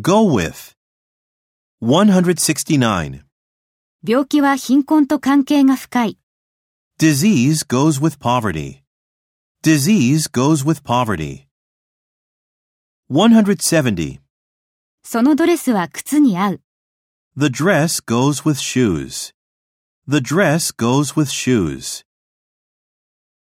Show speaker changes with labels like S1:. S1: Go with. 169.
S2: 病気は貧困と関係が深い。
S1: Disease goes with poverty. Disease goes with poverty. 170.
S2: そのドレスは靴に合う。
S1: The dress goes with shoes. The dress goes with shoes.